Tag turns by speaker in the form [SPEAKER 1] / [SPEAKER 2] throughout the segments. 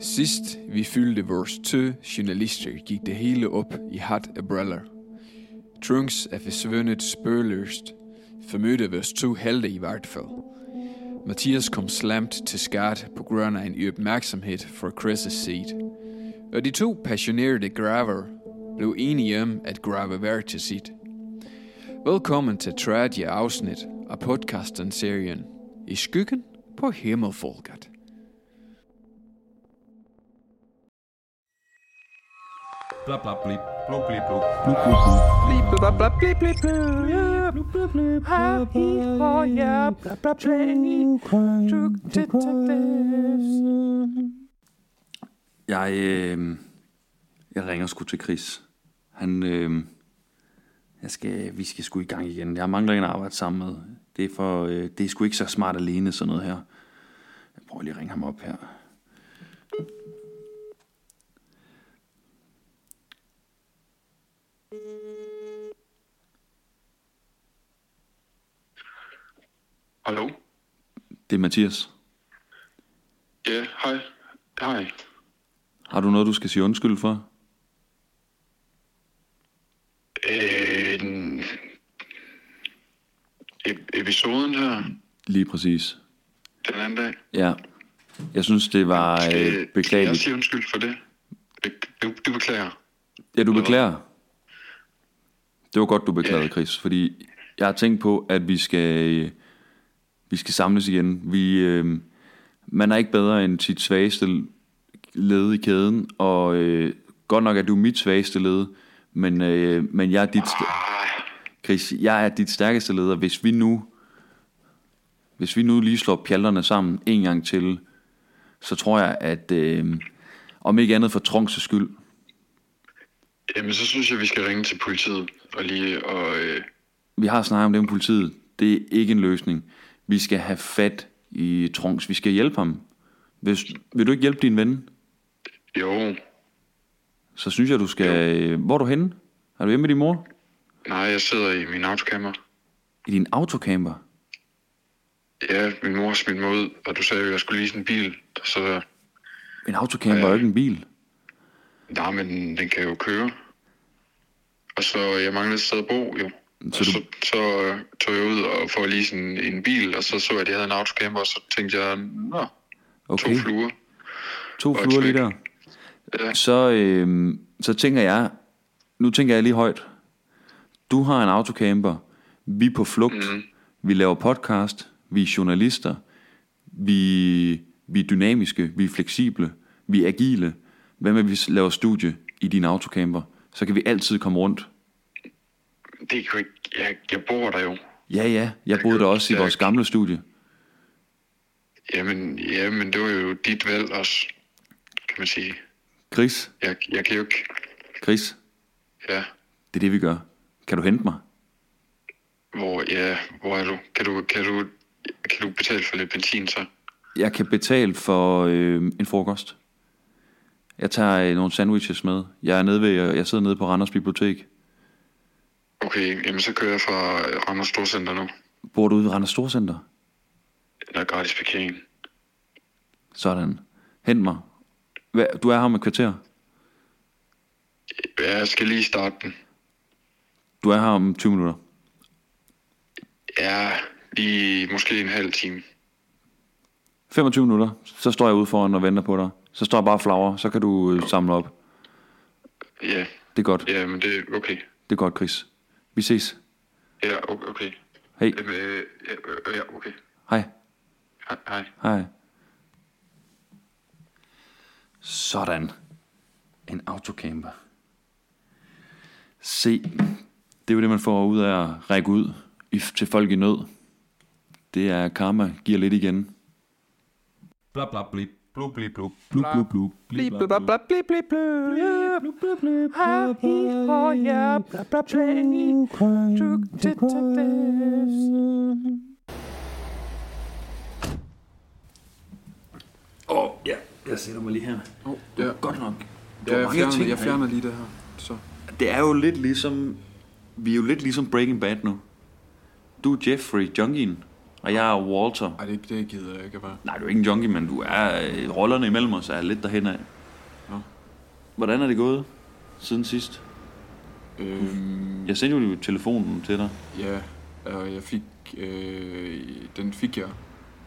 [SPEAKER 1] Sidst vi fyldte vores tø journalister, gik det hele op i hat og briller. Trunks er forsvundet spørløst, formødte vores to helte i hvert fald. Mathias kom slemt til skat på grund af en opmærksomhed fra Chris' side. Og de to passionerede graver blev enige om at grave hver til sit. Velkommen til tredje afsnit af podcasten-serien I skyggen på himmelfolket.
[SPEAKER 2] Bla bla blip. Blub blip blub. Jeg, øh, jeg ringer sgu til Chris. Han, øh, jeg skal, vi skal sgu i gang igen. Jeg mangler en at arbejde sammen med. Det er, for, øh, det er sgu ikke så smart alene, sådan noget her. Jeg prøver lige at ringe ham op her.
[SPEAKER 3] Hallo?
[SPEAKER 2] Det er Mathias.
[SPEAKER 3] Ja, hej. Hej.
[SPEAKER 2] Har du noget, du skal sige undskyld for?
[SPEAKER 3] Øh, den- ep- episoden her,
[SPEAKER 2] Lige præcis.
[SPEAKER 3] den anden dag.
[SPEAKER 2] Ja. Jeg synes, det var øh,
[SPEAKER 3] Skal- skal Jeg
[SPEAKER 2] beklageligt.
[SPEAKER 3] siger undskyld for det. Be- Du, du beklager.
[SPEAKER 2] Ja, du beklager. Det var godt, du beklagede, Chris, fordi jeg har tænkt på, at vi skal, øh, vi skal samles igen. Vi, øh, man er ikke bedre end sit svageste led i kæden, og øh, godt nok er du mit svageste led, men, øh, men jeg er dit, Chris, jeg er dit stærkeste leder. Hvis vi nu, hvis vi nu lige slår pjalterne sammen en gang til, så tror jeg, at øh, om ikke andet for Trunks skyld,
[SPEAKER 3] Jamen, så synes jeg, vi skal ringe til politiet og lige og... Øh,
[SPEAKER 2] vi har snakket om det med politiet. Det er ikke en løsning. Vi skal have fat i Trunks. Vi skal hjælpe ham. Hvis, vil du ikke hjælpe din ven,
[SPEAKER 3] jo,
[SPEAKER 2] så synes jeg, du skal... Hvor er du henne? Er du hjemme med din mor?
[SPEAKER 3] nej, jeg sidder i min autocamper.
[SPEAKER 2] I din autocamper?
[SPEAKER 3] Ja, min mor smidt mig ud, og du sagde jo, jeg skulle lease en bil. Så,
[SPEAKER 2] En autocamper er jo ikke en bil.
[SPEAKER 3] nej, men den kan jo køre. Og så, jeg manglede et sted at bo, jo.
[SPEAKER 2] Så
[SPEAKER 3] Så,
[SPEAKER 2] du,
[SPEAKER 3] så, så øh, tog jeg ud og for lige sådan en bil, og så så jeg, at de havde en autocamper, og så tænkte jeg, nå, to
[SPEAKER 2] okay,
[SPEAKER 3] fluer.
[SPEAKER 2] to
[SPEAKER 3] og et
[SPEAKER 2] fluer lige der.
[SPEAKER 3] smæk. Ja,
[SPEAKER 2] Så, øh, så tænker jeg... Nu tænker jeg lige højt. Du har en autocamper. Vi er på flugt.
[SPEAKER 3] Mhm.
[SPEAKER 2] Mm. Vi laver podcast. Vi er journalister. Vi, vi er dynamiske, vi er fleksible, vi er agile. Hvad med, at vi laver studie i din autocamper? Så kan vi altid komme rundt.
[SPEAKER 3] det kunne ikke, jeg, jeg bor der jo.
[SPEAKER 2] Ja, ja, jeg boede der også i vores gamle studie.
[SPEAKER 3] Jamen, jamen, det var jo dit valg også, kan man sige.
[SPEAKER 2] Chris,
[SPEAKER 3] Jeg, jeg kan jo ikke,
[SPEAKER 2] Chris,
[SPEAKER 3] ja,
[SPEAKER 2] det er det, vi gør. Kan du hente mig?
[SPEAKER 3] hvor, ja, hvor er du? Kan du, kan du, kan du betale for lidt benzin så?
[SPEAKER 2] Jeg kan betale for øh, en frokost. Jeg tager øh, nogle sandwiches med. Jeg er nede ved, øh, jeg sidder nede på Randers Bibliotek.
[SPEAKER 3] Okay, jamen så kører jeg fra Randers Storcenter nu.
[SPEAKER 2] Bor du ude ved Randers Storcenter?
[SPEAKER 3] Der er gratis parkering.
[SPEAKER 2] Sådan. Hent mig. Hva, du er her om et kvarter.
[SPEAKER 3] Ja, jeg skal lige starte den.
[SPEAKER 2] Du er her om 20 minutter.
[SPEAKER 3] Ja, lige måske en halv time.
[SPEAKER 2] 25 minutter, så står jeg ude foran og venter på dig. Så står jeg bare og flagrer, så kan du øh, samle op.
[SPEAKER 3] Ja,
[SPEAKER 2] Det er godt,
[SPEAKER 3] ja, men det er okay.
[SPEAKER 2] det er godt, Chris. Vi ses.
[SPEAKER 3] Ja, o- okay.
[SPEAKER 2] Hej,
[SPEAKER 3] Jamen, øh, ja, øh, ja, okay.
[SPEAKER 2] hej,
[SPEAKER 3] Hej, hej.
[SPEAKER 2] hej. Sådan. En autocamper. Se, det er jo det, man får ud af at række ud i- til folk i nød. Det er karma, giver lidt igen.
[SPEAKER 4] Bla bla blip. Blub blip blub.
[SPEAKER 2] Blub, blub, blub.
[SPEAKER 4] Blip blub blub blip blip blub. Happy oh yeah. Bla bla blip.
[SPEAKER 2] Åh, oh, ja, jeg sætter mig lige her.
[SPEAKER 1] Oh, ja.
[SPEAKER 2] Godt nok.
[SPEAKER 1] Ja,
[SPEAKER 2] Du har
[SPEAKER 1] jeg
[SPEAKER 2] mange
[SPEAKER 1] fjerner,
[SPEAKER 2] ting
[SPEAKER 1] jeg
[SPEAKER 2] med.
[SPEAKER 1] fjerner lige det her. Så.
[SPEAKER 2] Det er jo lidt ligesom... Vi er jo lidt ligesom Breaking Bad nu. Du er Jeffrey Jungien, Og jeg er Walter.
[SPEAKER 5] Ej, det, det gider jeg ikke bare.
[SPEAKER 2] Nej, du er ikke en junkie, men du er... øh, Rollerne imellem os er lidt derhen af.
[SPEAKER 5] Nå.
[SPEAKER 2] Hvordan er det gået siden sidst?
[SPEAKER 5] Øhm,
[SPEAKER 2] Jeg sendte jo telefonen til dig.
[SPEAKER 5] ja, og jeg fik... Øh, den fik jeg.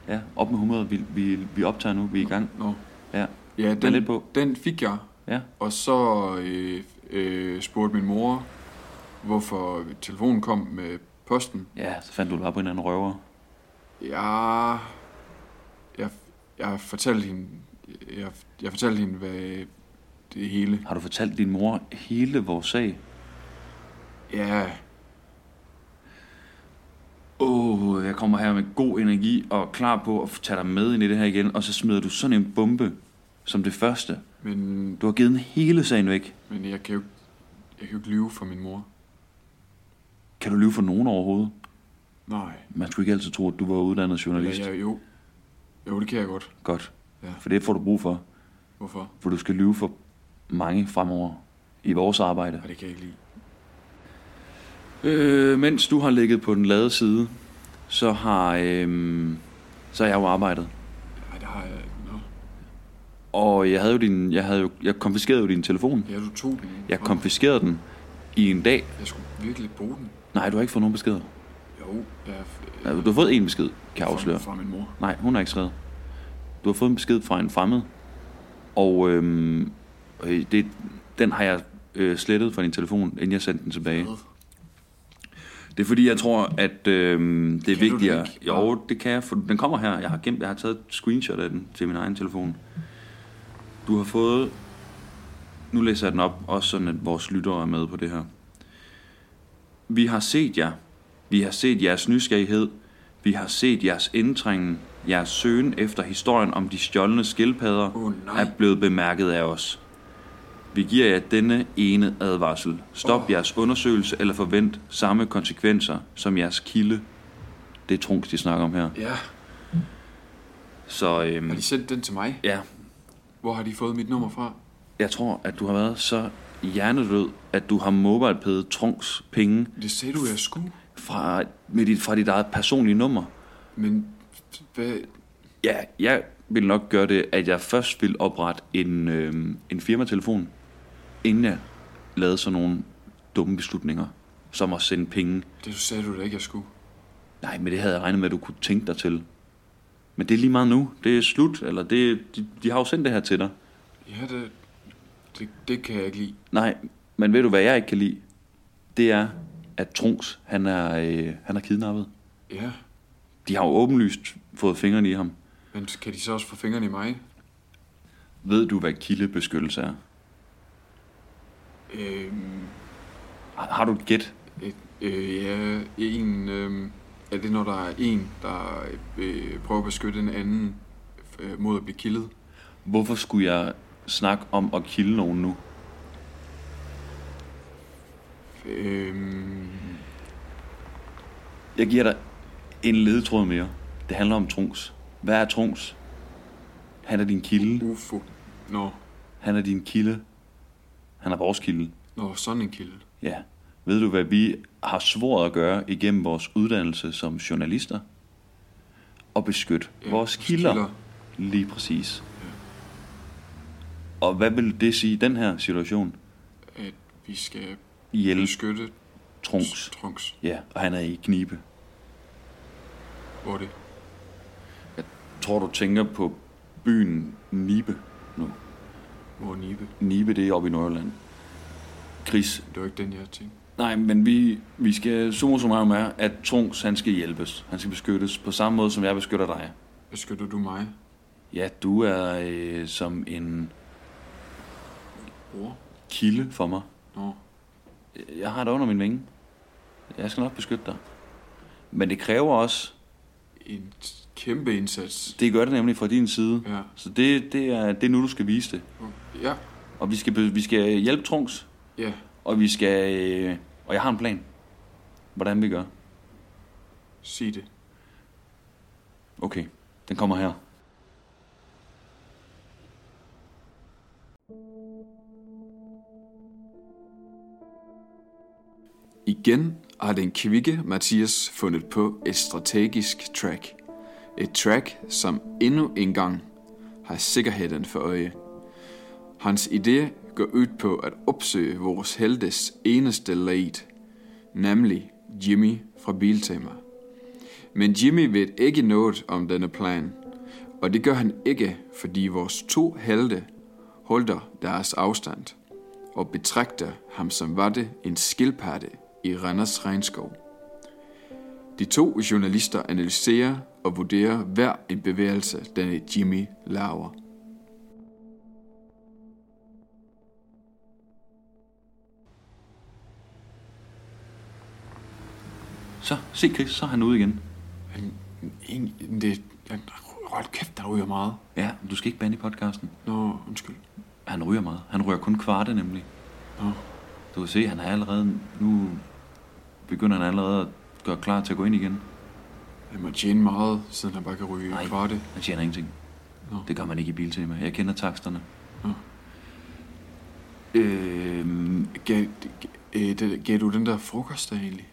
[SPEAKER 2] Ja, op med humøret. Vi, vi, vi optager nu. Vi er i gang.
[SPEAKER 5] Nå.
[SPEAKER 2] Ja.
[SPEAKER 5] Ja,
[SPEAKER 2] Vær
[SPEAKER 5] den,
[SPEAKER 2] lidt på.
[SPEAKER 5] den fik jeg.
[SPEAKER 2] Ja.
[SPEAKER 5] Og så øh, øh, spurgte min mor, hvorfor telefonen kom med posten.
[SPEAKER 2] Ja, så fandt du bare på en anden røver.
[SPEAKER 5] Ja, jeg, jeg fortalte hende, jeg, jeg fortalte hende, hvad det hele.
[SPEAKER 2] Har du fortalt din mor hele vores sag?
[SPEAKER 5] Ja,
[SPEAKER 2] Åh, oh, jeg kommer her med god energi og er klar på at tage dig med ind i det her igen, og så smider du sådan en bombe som det første.
[SPEAKER 5] men,
[SPEAKER 2] Du har givet den hele sagen væk.
[SPEAKER 5] men jeg, kan jo, ikke- jeg kan jo ikke lyve for min mor.
[SPEAKER 2] Kan du lyve for nogen overhovedet?
[SPEAKER 5] Nej.
[SPEAKER 2] Man skulle ikke altid tro, at du var uddannet journalist.
[SPEAKER 5] Eller jeg, jo, jo, det kan jeg godt.
[SPEAKER 2] Godt.
[SPEAKER 5] Ja.
[SPEAKER 2] For det får du brug for,
[SPEAKER 5] Hvorfor?
[SPEAKER 2] for du skal lyve for mange fremover i vores arbejde.
[SPEAKER 5] Nej, det kan jeg ikke lide.
[SPEAKER 2] Øh, mens du har ligget på den lade side, så har, øh, så har jeg jo arbejdet.
[SPEAKER 5] Nej, det har jeg Nå.
[SPEAKER 2] Og jeg havde jo din, jeg havde jo, jeg konfiskerede jo din telefon.
[SPEAKER 5] Ja, du tog den.
[SPEAKER 2] Jeg
[SPEAKER 5] Nå,
[SPEAKER 2] konfiskerede den i en dag.
[SPEAKER 5] Jeg skulle virkelig bruge den.
[SPEAKER 2] Nej, du har ikke fået nogen beskeder.
[SPEAKER 5] Jo, jeg...
[SPEAKER 2] Ja, Du har fået en besked, kan jeg afsløre.
[SPEAKER 5] Fra, fra min mor.
[SPEAKER 2] Nej, hun har ikke skrevet. Du har fået en besked fra en fremmed, og øhm, øh, det, den har jeg øh, slettet fra din telefon, inden jeg sendte den tilbage.
[SPEAKER 5] Hvad?
[SPEAKER 2] Det er fordi, jeg tror, at øhm, det er
[SPEAKER 5] Kan du
[SPEAKER 2] vigtigere.
[SPEAKER 5] det ikke?
[SPEAKER 2] Jo, det kan jeg, for den kommer her. Jeg har, gemt, jeg har taget et screenshot af den til min egen telefon. Du har fået... Nu læser jeg den op, også sådan, at vores lyttere er med på det her. Vi har set jer. Vi har set jeres nysgerrighed. Vi har set jeres indtrængen. Jeres søgen efter historien om de stjålne skildpadder
[SPEAKER 5] Åh, nej.
[SPEAKER 2] er blevet bemærket af os. Vi giver jer denne ene advarsel. Stop oh. jeres undersøgelse eller forvent samme konsekvenser som jeres kilde. Det er Trunks, de snakker om her.
[SPEAKER 5] Ja,
[SPEAKER 2] Så øhm,
[SPEAKER 5] har de sendt den til mig?
[SPEAKER 2] ja,
[SPEAKER 5] Hvor har de fået mit nummer fra?
[SPEAKER 2] jeg tror, at du har været så hjernedød, at du har mobilepædet Trunks penge
[SPEAKER 5] Det sagde du, jeg skulle.
[SPEAKER 2] fra, med dit, fra dit eget personlige nummer.
[SPEAKER 5] Men hvad...
[SPEAKER 2] Ja, jeg vil nok gøre det, at jeg først vil oprette en, øhm, en firmatelefon, inden jeg lavede sådan nogle dumme beslutninger, som at sende penge
[SPEAKER 5] Det sagde du da ikke, jeg skulle.
[SPEAKER 2] Nej, men det havde jeg regnet med, at du kunne tænke dig til. Men det er lige meget nu. Det er slut, eller det, de, de har jo sendt det her til dig.
[SPEAKER 5] Ja, det, det, det kan jeg ikke lide.
[SPEAKER 2] Nej, men ved du, hvad jeg ikke kan lide? Det er, at Trunks, han er, øh, han er kidnappet.
[SPEAKER 5] Ja,
[SPEAKER 2] De har jo åbenlyst fået fingrene i ham.
[SPEAKER 5] men kan de så også få fingrene i mig?
[SPEAKER 2] Ved du, hvad kildebeskyttelse er?
[SPEAKER 5] Øhm,
[SPEAKER 2] Har, har du et gæt?
[SPEAKER 5] et, øh, ja, en... Øh, er det, når der er en, der øh, prøver at beskytte en anden øh, mod at blive kildet?
[SPEAKER 2] Hvorfor skulle jeg snakke om at kilde nogen nu?
[SPEAKER 5] Øhm,
[SPEAKER 2] Jeg giver dig en ledetråd mere. Det handler om Trunks. Hvad er Trunks? Han er din kilde.
[SPEAKER 5] UFO. Nå,
[SPEAKER 2] Han er din kilde. Han er vores kilde.
[SPEAKER 5] nå, sådan en kilde.
[SPEAKER 2] Ja. Ved du, hvad vi har svoret at gøre igennem vores uddannelse som journalister? Og beskytte ja, vores kilder. kilder. Lige præcis. Ja. Og hvad vil det sige i den her situation?
[SPEAKER 5] At vi skal
[SPEAKER 2] Hjælp
[SPEAKER 5] beskytte
[SPEAKER 2] Trunks.
[SPEAKER 5] Trunks.
[SPEAKER 2] Ja, og han er i knibe.
[SPEAKER 5] Hvor er det?
[SPEAKER 2] Tror du tænker på byen Nibe nu?
[SPEAKER 5] Hvor er Nibe?
[SPEAKER 2] Nibe, det er oppe i Nordjylland. Chris,
[SPEAKER 5] Det var ikke den, jeg tænkte.
[SPEAKER 2] Nej, men vi, vi skal summa summarum er, at Trunks, han skal hjælpes. Han skal beskyttes på samme måde, som jeg beskytter dig.
[SPEAKER 5] Beskytter du mig,
[SPEAKER 2] Ja, du er øh, som en
[SPEAKER 5] bror?
[SPEAKER 2] kilde for mig.
[SPEAKER 5] Nå,
[SPEAKER 2] Jeg har dig under min vinge. Jeg skal nok beskytte dig. Men det kræver også,
[SPEAKER 5] en kæmpe indsats.
[SPEAKER 2] det gør det nemlig fra din side.
[SPEAKER 5] Ja.
[SPEAKER 2] Så det, det, er, det er nu, du skal vise det.
[SPEAKER 5] Ja,
[SPEAKER 2] Og vi skal, be- vi skal hjælpe Trunks,
[SPEAKER 5] ja.
[SPEAKER 2] og vi skal... Øh, og jeg har en plan, hvordan vi gør.
[SPEAKER 5] Sig det.
[SPEAKER 2] Okay, den kommer her.
[SPEAKER 5] Igen har den kvikke Mathias fundet på et strategisk track. Et track, som endnu engang har sikkerheden for øje. Hans idé går ud på at opsøge vores heltes eneste late, nemlig Jimmy fra Biltema. Men Jimmy ved ikke noget om denne plan, og det gør han ikke, fordi vores to helte holder deres afstand og betragter ham som var det en skildpadde i Randers regnskov. De to journalister analyserer og vurderer hver en bevægelse, denne Jimmy laver.
[SPEAKER 2] Så, se Chris, så er han ude igen.
[SPEAKER 5] Ingen, det, jeg, hold kæft, der ryger meget.
[SPEAKER 2] Ja, men du skal ikke bande i podcasten.
[SPEAKER 5] Nå, undskyld.
[SPEAKER 2] Han ryger meget. Han ryger kun kvarte nemlig.
[SPEAKER 5] Nå.
[SPEAKER 2] Du kan se, han er allerede... Nu begynder han allerede at gøre klar til at gå ind igen.
[SPEAKER 5] Han må tjene meget, siden han bare kan ryge Nej. kvarte.
[SPEAKER 2] han tjener ingenting.
[SPEAKER 5] Nå.
[SPEAKER 2] Det gør man ikke i biltema. Jeg kender taksterne.
[SPEAKER 5] Nå.
[SPEAKER 2] Øhm,
[SPEAKER 5] Gav, gav, øh, gav, gav du den der frokost der egentlig?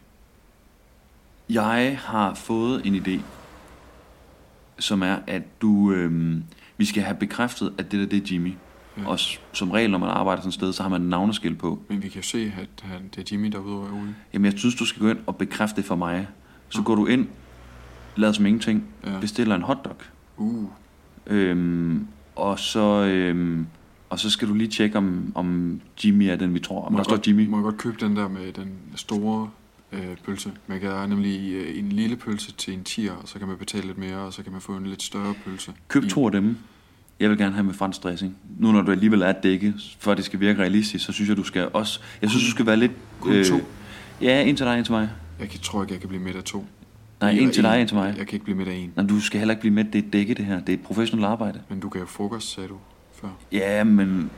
[SPEAKER 2] Jeg har fået en idé, som er, at du, øhm, vi skal have bekræftet, at det der, det er Jimmy. Ja. Og s- som regel, når man arbejder sådan et sted, så har man et navneskilt på.
[SPEAKER 5] Men vi kan jo se, at han, det er Jimmy, der er ude og ryge.
[SPEAKER 2] Jamen, jeg synes, du skal gå ind og bekræfte det for mig. Så går du ind, lader som ingenting,
[SPEAKER 5] Mm. Ja.
[SPEAKER 2] ja. bestiller en hotdog.
[SPEAKER 5] Uh,
[SPEAKER 2] Øhm, og, så, øhm, og så skal du lige tjekke, om, om Jimmy er den, vi tror. Om
[SPEAKER 5] må
[SPEAKER 2] der
[SPEAKER 5] jeg
[SPEAKER 2] står
[SPEAKER 5] godt-
[SPEAKER 2] Jimmy.
[SPEAKER 5] Må jeg godt købe den der med den store øh, pølse? Man kan have nemlig øh, en lille pølse til en tier, og så kan man betale lidt mere, og så kan man få en lidt større pølse.
[SPEAKER 2] Køb to af dem. Jeg vil gerne have med fransk dressing. Nu når du alligevel er dækket, for at det skal virke realistisk, så synes jeg, du skal også... Jeg synes, du skal være lidt... øh,
[SPEAKER 5] Kun to?
[SPEAKER 2] Ja, en til dig, en til mig.
[SPEAKER 5] Jeg kan, tror ikke, jeg kan blive med af to.
[SPEAKER 2] Nej,
[SPEAKER 5] Eller
[SPEAKER 2] en til dig, en til mig.
[SPEAKER 5] Jeg kan ikke blive med af en.
[SPEAKER 2] Nej, du skal heller ikke blive med. Det er dækket, det her. Det er et professionelt arbejde.
[SPEAKER 5] Men du gav frokost, sagde du før.
[SPEAKER 2] Ja, men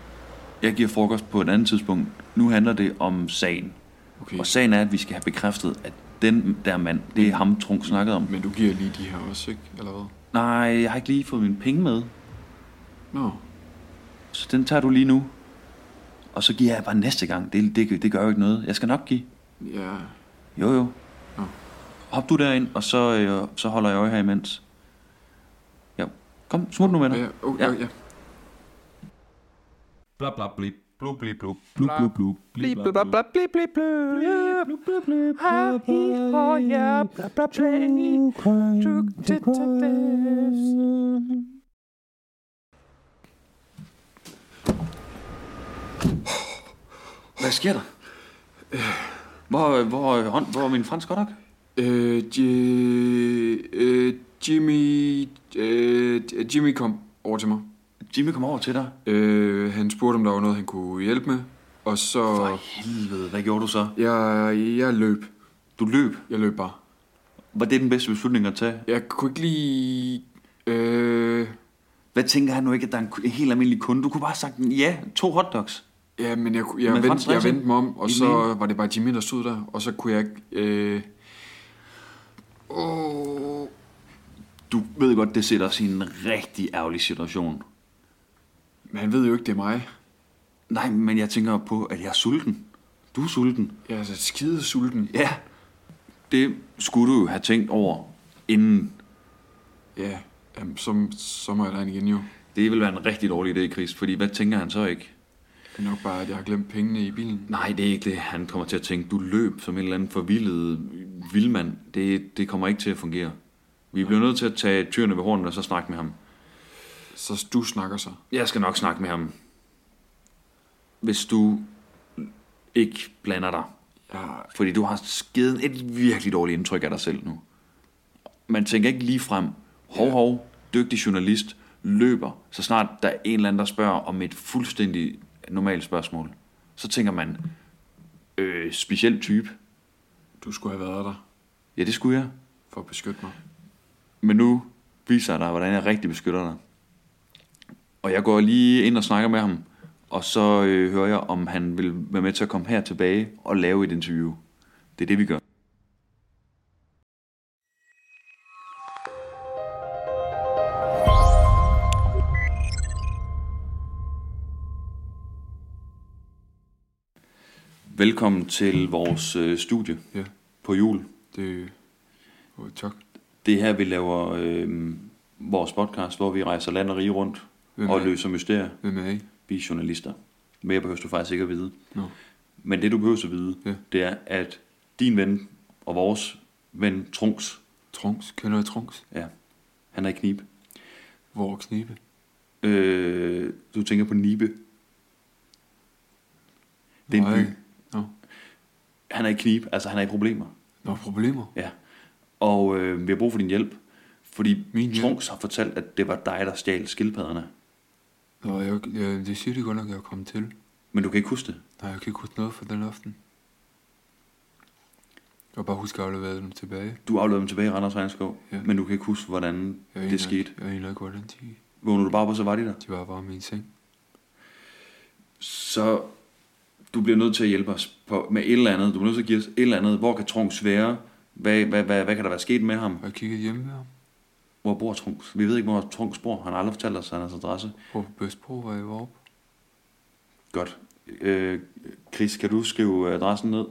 [SPEAKER 2] jeg giver frokost på et andet tidspunkt. Nu handler det om sagen.
[SPEAKER 5] Okay.
[SPEAKER 2] Og sagen er, at vi skal have bekræftet, at den der mand, det er ham, Trunk snakkede om.
[SPEAKER 5] Men du giver lige de her også, ikke? Eller hvad?
[SPEAKER 2] Nej, jeg har ikke lige fået mine penge med.
[SPEAKER 5] Nå,
[SPEAKER 2] Så den tager du lige nu. Og så giver jeg bare næste gang. Det, det, det gør jo ikke noget. Jeg skal nok give.
[SPEAKER 5] ja.
[SPEAKER 2] Jo, jo.
[SPEAKER 5] Nå.
[SPEAKER 2] Hop du derind, og så, øh, så holder jeg øje her imens. Ja, kom, smut nu med dig.
[SPEAKER 5] Ja, oh, ja.
[SPEAKER 2] Ja.
[SPEAKER 5] ja.
[SPEAKER 6] Bla bla blip, blu bli blu,
[SPEAKER 4] Bla.
[SPEAKER 6] blu blu blu, bli
[SPEAKER 4] Blip, blip, blip, blip, blip, blip, blip. Ah, hi, ho, ja, bla, bla, bla. True detectives.
[SPEAKER 2] Hvad sker der? Øh, Hvor, hvor, hvor, hvor er min fransk godt nok?
[SPEAKER 5] Øh, J- øh, Jimmy, øh, Jimmy kom over til mig.
[SPEAKER 2] Jimmy kom over til dig.
[SPEAKER 5] Øh, han spurgte, om der var noget, han kunne hjælpe med. Og så...
[SPEAKER 2] For helvede, hvad gjorde du så?
[SPEAKER 5] Jeg, jeg løb.
[SPEAKER 2] Du løb.
[SPEAKER 5] Jeg løb bare.
[SPEAKER 2] Var det den bedste beslutning at tage?
[SPEAKER 5] Jeg kunne ikke lige... Øh,
[SPEAKER 2] Hvad tænker han nu ikke, at der er en, en helt almindelig kunde? Du kunne bare have sagt, ja, to hotdogs.
[SPEAKER 5] ja, men jeg, kunne- jeg,
[SPEAKER 2] Men
[SPEAKER 5] vendte,
[SPEAKER 2] Frans
[SPEAKER 5] jeg
[SPEAKER 2] Jensen?
[SPEAKER 5] vendte mig om, og
[SPEAKER 2] I
[SPEAKER 5] så
[SPEAKER 2] mean?
[SPEAKER 5] var det bare Jimmy, der stod der. Og så kunne jeg ikke... Øh, åh,
[SPEAKER 2] Du ved godt, det sætter os i en rigtig ærgerlig situation.
[SPEAKER 5] men han ved jo ikke, det er mig.
[SPEAKER 2] Nej, men jeg tænker på, at jeg er sulten. Du er sulten.
[SPEAKER 5] Jeg er så skide sulten.
[SPEAKER 2] Ja. Det skulle du jo have tænkt over, inden.
[SPEAKER 5] Ja, jamen, så, så må jeg derind igen jo.
[SPEAKER 2] Det ville være en rigtig dårlig idé, Chris, fordi hvad tænker han så ikke?
[SPEAKER 5] Det er nok bare, at jeg har glemt pengene i bilen.
[SPEAKER 2] Nej, det er ikke det. Han kommer til at tænke, du løb som en eller anden forvildet vildmand. Det, det kommer ikke til at fungere. Vi bliver nødt til at tage tyrene ved hornene og så snakke med ham.
[SPEAKER 5] Så du snakker så.
[SPEAKER 2] Jeg skal nok snakke med ham. Hvis du ikke blander dig.
[SPEAKER 5] Jeg,
[SPEAKER 2] Fordi du har skeden et virkelig dårligt indtryk af dig selv nu. Man tænker ikke lige frem. Hov, hov, dygtig journalist, løber, så snart der er en eller anden, der spørger om et fuldstændig normalt spørgsmål. Så tænker man, øh, speciel type.
[SPEAKER 5] du skulle have været der
[SPEAKER 2] Ja, det skulle jeg.
[SPEAKER 5] for at beskytte mig.
[SPEAKER 2] Men nu viser jeg dig, hvordan jeg rigtig beskytter dig. Og jeg går lige ind og snakker med ham, og så øh, hører jeg, om han vil være med til at komme her tilbage og lave et interview. Det er det, vi gør. Velkommen til vores øh, studie
[SPEAKER 5] Ja.
[SPEAKER 2] på jul.
[SPEAKER 5] Det oh, tak.
[SPEAKER 2] Det er her, vi laver øh, vores podcast, hvor vi rejser land og rige rundt
[SPEAKER 5] Hvem
[SPEAKER 2] og
[SPEAKER 5] er-
[SPEAKER 2] løser mysterier.
[SPEAKER 5] Hvem er I?
[SPEAKER 2] Vi er journalister. Mere behøver du faktisk ikke at vide.
[SPEAKER 5] Nå.
[SPEAKER 2] Men det, du behøver at vide,
[SPEAKER 5] Ja.
[SPEAKER 2] det er, at din ven og vores ven Trunks,
[SPEAKER 5] Trunks. Kender I Trunks?
[SPEAKER 2] ja, han er i knib.
[SPEAKER 5] Hvor er knibe?
[SPEAKER 2] Øh, du tænker på Nibe. Det er en
[SPEAKER 5] Nej.
[SPEAKER 2] by.
[SPEAKER 5] Nå.
[SPEAKER 2] Han er i knib, altså han er i problemer.
[SPEAKER 5] Nå, problemer.
[SPEAKER 2] Ja. Og øh, vi har brug for din hjælp, fordi
[SPEAKER 5] Min
[SPEAKER 2] Min
[SPEAKER 5] hjælp?
[SPEAKER 2] Trunks har fortalt, at det var dig, der stjal skildpadderne.
[SPEAKER 5] Nå, jeg, jeg, det siger de godt nok, jeg er kommet til.
[SPEAKER 2] Men du kan ikke huske det.
[SPEAKER 5] Nej, jeg kan ikke huske noget fra den aften. Jeg bare husker, at jeg afleverede dem tilbage.
[SPEAKER 2] Du afleverede dem tilbage i Randers Regnskov,
[SPEAKER 5] Ja.
[SPEAKER 2] ja. men du kan ikke huske, hvordan
[SPEAKER 5] Jeg
[SPEAKER 2] det
[SPEAKER 5] aner
[SPEAKER 2] skete.
[SPEAKER 5] Ikke, jeg aner ikke, hvordan de,
[SPEAKER 2] Vågner du bare på, så var de der.
[SPEAKER 5] de var bare i min seng.
[SPEAKER 2] Så du bliver nødt til at hjælpe os på, med et eller andet. Du bliver nødt til at give os et eller andet. Hvor kan Trunks være? Hvad, hvad, hvad, hvad kan der være sket med ham?
[SPEAKER 5] Og jeg kiggede hjemme med ham.
[SPEAKER 2] Hvor bor Trunks? Vi ved ikke, hvor Trunks bor. Han har aldrig fortalt os hans adresse.
[SPEAKER 5] Hvor på Bøsbro var jeg var
[SPEAKER 2] Godt. Øh, Chris, kan du skrive adressen ned?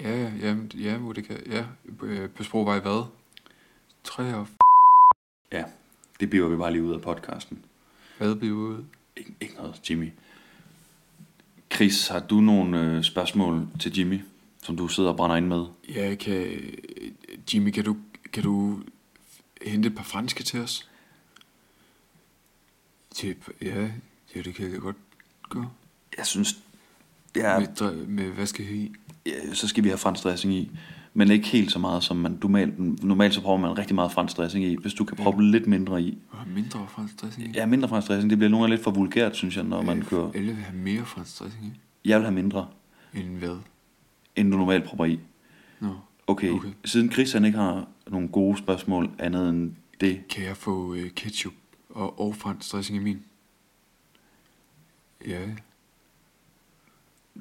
[SPEAKER 5] Ja, ja, ja, ja, hvor det kan, ja. Øh, Bøsbro var i hvad? 3 og f-
[SPEAKER 2] Ja, det bliver vi bare lige ud af podcasten.
[SPEAKER 5] hvad blev ude?
[SPEAKER 2] Ikke, ikke noget, Jimmy. Chris, har du nogle øh, spørgsmål til Jimmy, som du sidder og brænder ind med?
[SPEAKER 5] Ja, kan, Jimmy, kan du, kan du hente et par franske til os? Typ, ja, ja, det kan jeg godt gøre.
[SPEAKER 2] Jeg synes, ja,
[SPEAKER 5] Med, dre- med, hvad skal jeg have i?
[SPEAKER 2] ja, så skal vi have fransk dressing i. Men ikke helt så meget, som man normalt, normalt så prøver man rigtig meget fransk dressing i. Hvis du kan proppe lidt mindre i.
[SPEAKER 5] Vil du have mindre fransk dressing i?
[SPEAKER 2] Ja, mindre fransk dressing, det bliver nogle gange lidt for vulgært, synes jeg, når man
[SPEAKER 5] Øh,
[SPEAKER 2] kører.
[SPEAKER 5] Alle vil have mere fransk dressing i,
[SPEAKER 2] Jeg vil have mindre,
[SPEAKER 5] end hvad?
[SPEAKER 2] end du normalt propper i.
[SPEAKER 5] Nå,
[SPEAKER 2] Okay,
[SPEAKER 5] Okay.
[SPEAKER 2] okay. siden Chris han ikke har nogle gode spørgsmål andet end det.
[SPEAKER 5] kan jeg få øh, ketchup og, og fransk dressing i min? Ja,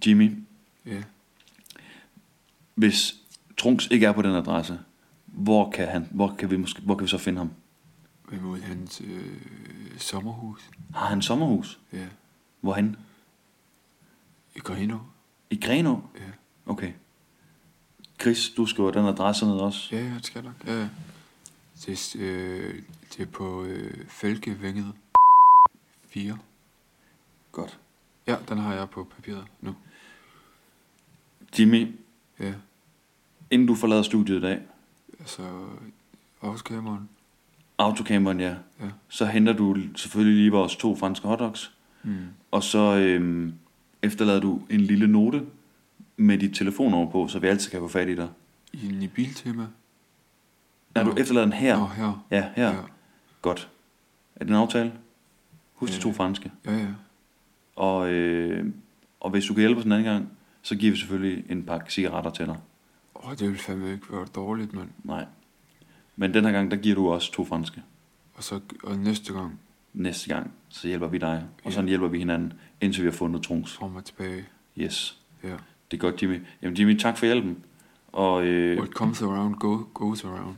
[SPEAKER 2] Jimmy,
[SPEAKER 5] ja.
[SPEAKER 2] hvis Trunks ikke er på den adresse, hvor kan, han, hvor kan, vi, måske, hvor kan vi så finde ham?
[SPEAKER 5] Hvad mod hans øh, sommerhus?
[SPEAKER 2] Har han et sommerhus?
[SPEAKER 5] Ja,
[SPEAKER 2] Hvorhen?
[SPEAKER 5] i Greno.
[SPEAKER 2] I Grenå?
[SPEAKER 5] Ja.
[SPEAKER 2] Okay. Chris, du skriver den adresse ned også.
[SPEAKER 5] Ja, ja, det skal jeg nok. Ja, ja. Det, er s- øh, det er på øh, Fælkevænget 4.
[SPEAKER 2] Godt.
[SPEAKER 5] Ja, den har jeg på papiret nu.
[SPEAKER 2] Jimmy,
[SPEAKER 5] Ja,
[SPEAKER 2] inden du forlader studiet i dag,
[SPEAKER 5] altså afskærmeren.
[SPEAKER 2] autocamperen, ja,
[SPEAKER 5] Ja.
[SPEAKER 2] så henter du selvfølgelig lige vores to franske hotdogs,
[SPEAKER 5] Mm.
[SPEAKER 2] og så øhm, efterlader du en lille note med dit telefonnummer på, så vi altid kan få fat i dig.
[SPEAKER 5] I en i biltema.
[SPEAKER 2] Nej,
[SPEAKER 5] Nå.
[SPEAKER 2] du efterlader den her.
[SPEAKER 5] Nå, her.
[SPEAKER 2] Ja, her. Ja.
[SPEAKER 5] Ja,
[SPEAKER 2] Godt. Er det en aftale? Husk de to franske.
[SPEAKER 5] ja. ja.
[SPEAKER 2] Og, øh, og hvis du kan hjælpe os en anden gang, så giver vi selvfølgelig en pakke cigaretter til dig.
[SPEAKER 5] Åh, det ville fandme ikke være dårligt, mand.
[SPEAKER 2] Nej. Men den her gang, der giver du også to franske.
[SPEAKER 5] Og så og næste gang
[SPEAKER 2] Næste gang, så hjælper vi dig. Og sådan hjælper vi hinanden, indtil vi har fundet Trunks.
[SPEAKER 5] får mig tilbage.
[SPEAKER 2] Yes.
[SPEAKER 5] Ja.
[SPEAKER 2] Det er godt, Jimmy. Jamen, Jimmy, tak for hjælpen. Og øh,
[SPEAKER 5] What comes around go, goes around.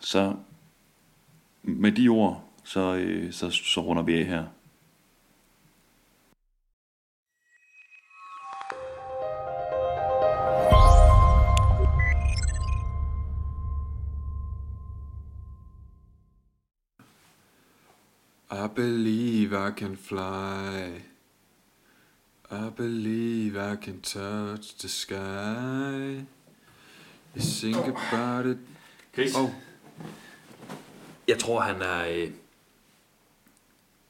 [SPEAKER 2] så med de ord, så, øh, så, så runder vi af her.
[SPEAKER 5] I believe I can fly. I believe I can touch the sky. You think about it.
[SPEAKER 2] Chris?
[SPEAKER 5] Oh.
[SPEAKER 2] Jeg tror, han er... Øh...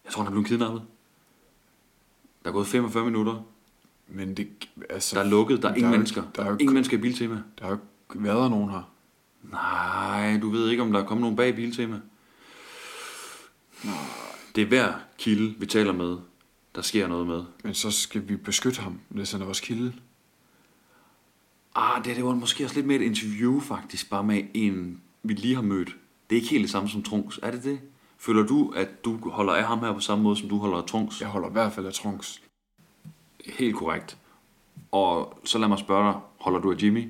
[SPEAKER 2] Jeg tror, han er blevet kidnappet. Der er gået 45 minutter.
[SPEAKER 5] Men det, altså...
[SPEAKER 2] Der er lukket. Der er ingen
[SPEAKER 5] jo-
[SPEAKER 2] mennesker.
[SPEAKER 5] Der er, jo,
[SPEAKER 2] ingen mennesker i Biltema.
[SPEAKER 5] der er jo ikke været nogen her.
[SPEAKER 2] Nej, du ved ikke, om der er kommet nogen bag Biltema. Det er hver kilde, vi taler med, der sker noget med.
[SPEAKER 5] Men så skal vi beskytte ham, hvis han er vores kilde.
[SPEAKER 2] Ah, det, her, det var måske også lidt mere et interview faktisk, bare med en, vi lige har mødt. Det er ikke helt det samme som Trunks, er det det? Føler du, at du holder af ham her på samme måde, som du holder af Trunks?
[SPEAKER 5] Jeg holder i hvert fald af Trunks.
[SPEAKER 2] Helt korrekt. Og så lad mig spørge dig, holder du af Jimmy?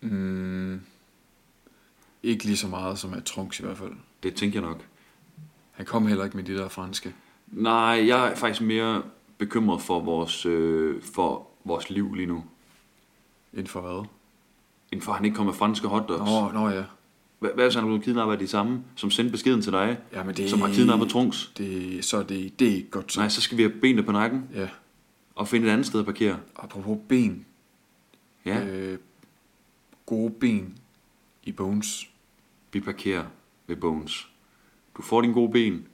[SPEAKER 5] Mm. Ikke lige så meget som af Trunks i hvert fald.
[SPEAKER 2] Det tænker jeg nok.
[SPEAKER 5] Han kom heller ikke med de der franske.
[SPEAKER 2] Nej, jeg er faktisk mere bekymret for vores, øh, for vores liv lige nu.
[SPEAKER 5] Inden for hvad?
[SPEAKER 2] Inden for at han ikke kommer med franske hotdogs.
[SPEAKER 5] Nå, nå ja.
[SPEAKER 2] Hva- Hvad hvis han er blevet kidnappet af de samme, som sendte beskeden til dig,
[SPEAKER 5] Jamen, det-
[SPEAKER 2] som har kidnappet Trunks?
[SPEAKER 5] Det, så er det, det er ikke godt. Så.
[SPEAKER 2] Nej, så skal vi have benene på nakken
[SPEAKER 5] Ja.
[SPEAKER 2] og finde et andet sted at parkere.
[SPEAKER 5] Apropos ben.
[SPEAKER 2] Ja, øh.
[SPEAKER 5] Øh, gode ben i Bones.
[SPEAKER 2] vi parkerer ved Bones. Du får din gode ben,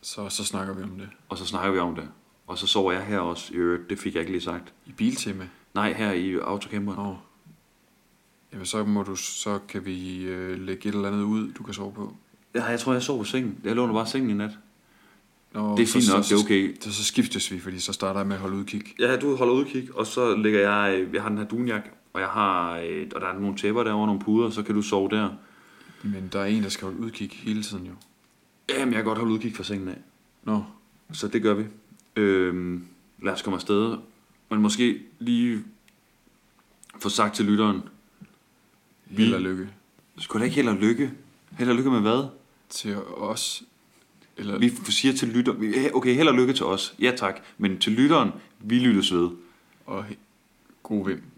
[SPEAKER 5] Så, så snakker vi om det.
[SPEAKER 2] og så snakker vi om det. Og så sover jeg her også. I øvrigt, det fik jeg ikke lige sagt.
[SPEAKER 5] I biltema.
[SPEAKER 2] Nej, her i autocamperen.
[SPEAKER 5] Nå. Jamen, så, må du, så kan vi øh, lægge et eller andet ud, du kan sove på.
[SPEAKER 2] Ja, jeg tror, jeg sov på sengen. Jeg låner bare sengen i nat.
[SPEAKER 5] Nå,
[SPEAKER 2] Det er fint nok, det er okay.
[SPEAKER 5] Så, så skiftes vi, fordi så starter jeg med at holde udkig.
[SPEAKER 2] Ja, du holder udkig, og så lægger jeg... øh, Jeg har den her dunjak, og jeg har... øh, Og der er nogle tæpper derovre, nogle puder, og så kan du sove der.
[SPEAKER 5] Men der er en, der skal holde udkig hele tiden jo.
[SPEAKER 2] Jamen, jeg kan godt holde udkig fra sengen af.
[SPEAKER 5] Nå,
[SPEAKER 2] Så det gør vi. Øhm, lad os komme afsted. Men måske lige få sagt til lytteren.
[SPEAKER 5] held og lykke
[SPEAKER 2] Skulle da ikke held og lykke? Held og lykke med hvad?
[SPEAKER 5] til os. Eller,
[SPEAKER 2] Vi f- siger til lytteren. vi- eh, Okay, held og lykke til os. Ja tak. Men til lytteren, vi lyttes ved.
[SPEAKER 5] og he- god vind.